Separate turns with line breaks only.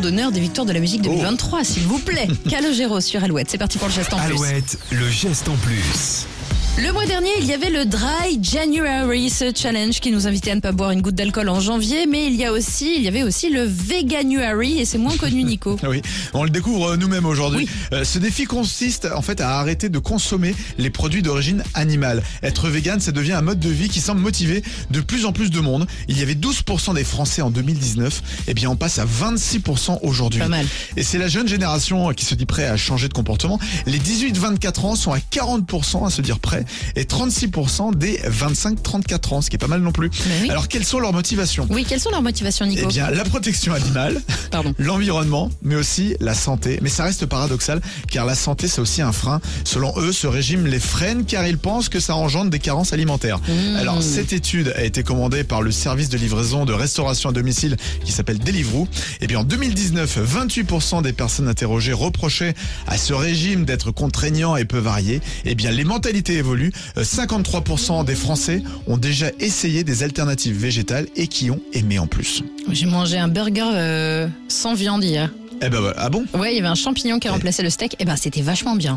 d'honneur des victoires de la
Oh.
musique 2023, s'il vous plaît. Calogero sur Alouette. C'est parti pour le geste en plus.
Alouette, le geste en plus.
Le mois dernier, il y avait le Dry January, ce challenge qui nous invitait à ne pas boire une goutte d'alcool en janvier, mais il y a aussi, il y avait aussi le Veganuary et c'est moins connu, Nico.
Ah Oui, on le découvre euh, nous-mêmes aujourd'hui. Euh, Ce défi consiste en fait à arrêter de consommer les produits d'origine animale. Être vegan, ça devient un mode de vie qui semble motiver de plus en plus de monde. Il y avait 12% des Français en 2019, et Eh bien on passe à 26% aujourd'hui.
Pas mal.
Et c'est la jeune génération euh, qui se dit prêt à changer de comportement. Les 18-24 ans sont à 40% à se dire prêt et 36% des 25-34 ans, ce qui est pas mal non plus.
oui.
Alors quelles sont leurs motivations
Oui, quelles sont leurs motivations,
Eh
Nico
bien, la protection animale,
Pardon.
l'environnement, mais aussi la santé. Mais ça reste paradoxal, car la santé, c'est aussi un frein. Selon eux, ce régime les freine, car ils pensent que ça engendre des carences alimentaires. Alors, cette étude a été commandée par le service de livraison de restauration à domicile, qui s'appelle Deliveroo. Et bien, en 2019, 28% des personnes interrogées reprochaient à ce régime d'être contraignant et peu varié. Et bien, les mentalités évoluent. Euh, 53% des Français ont déjà essayé des alternatives végétales et qui ont aimé en plus.
J'ai mangé un burger euh, sans viande hier.
Eh ben, voilà. ah bon
Ouais, il y avait un champignon qui remplaçait le steak. Eh ben, c'était vachement bien.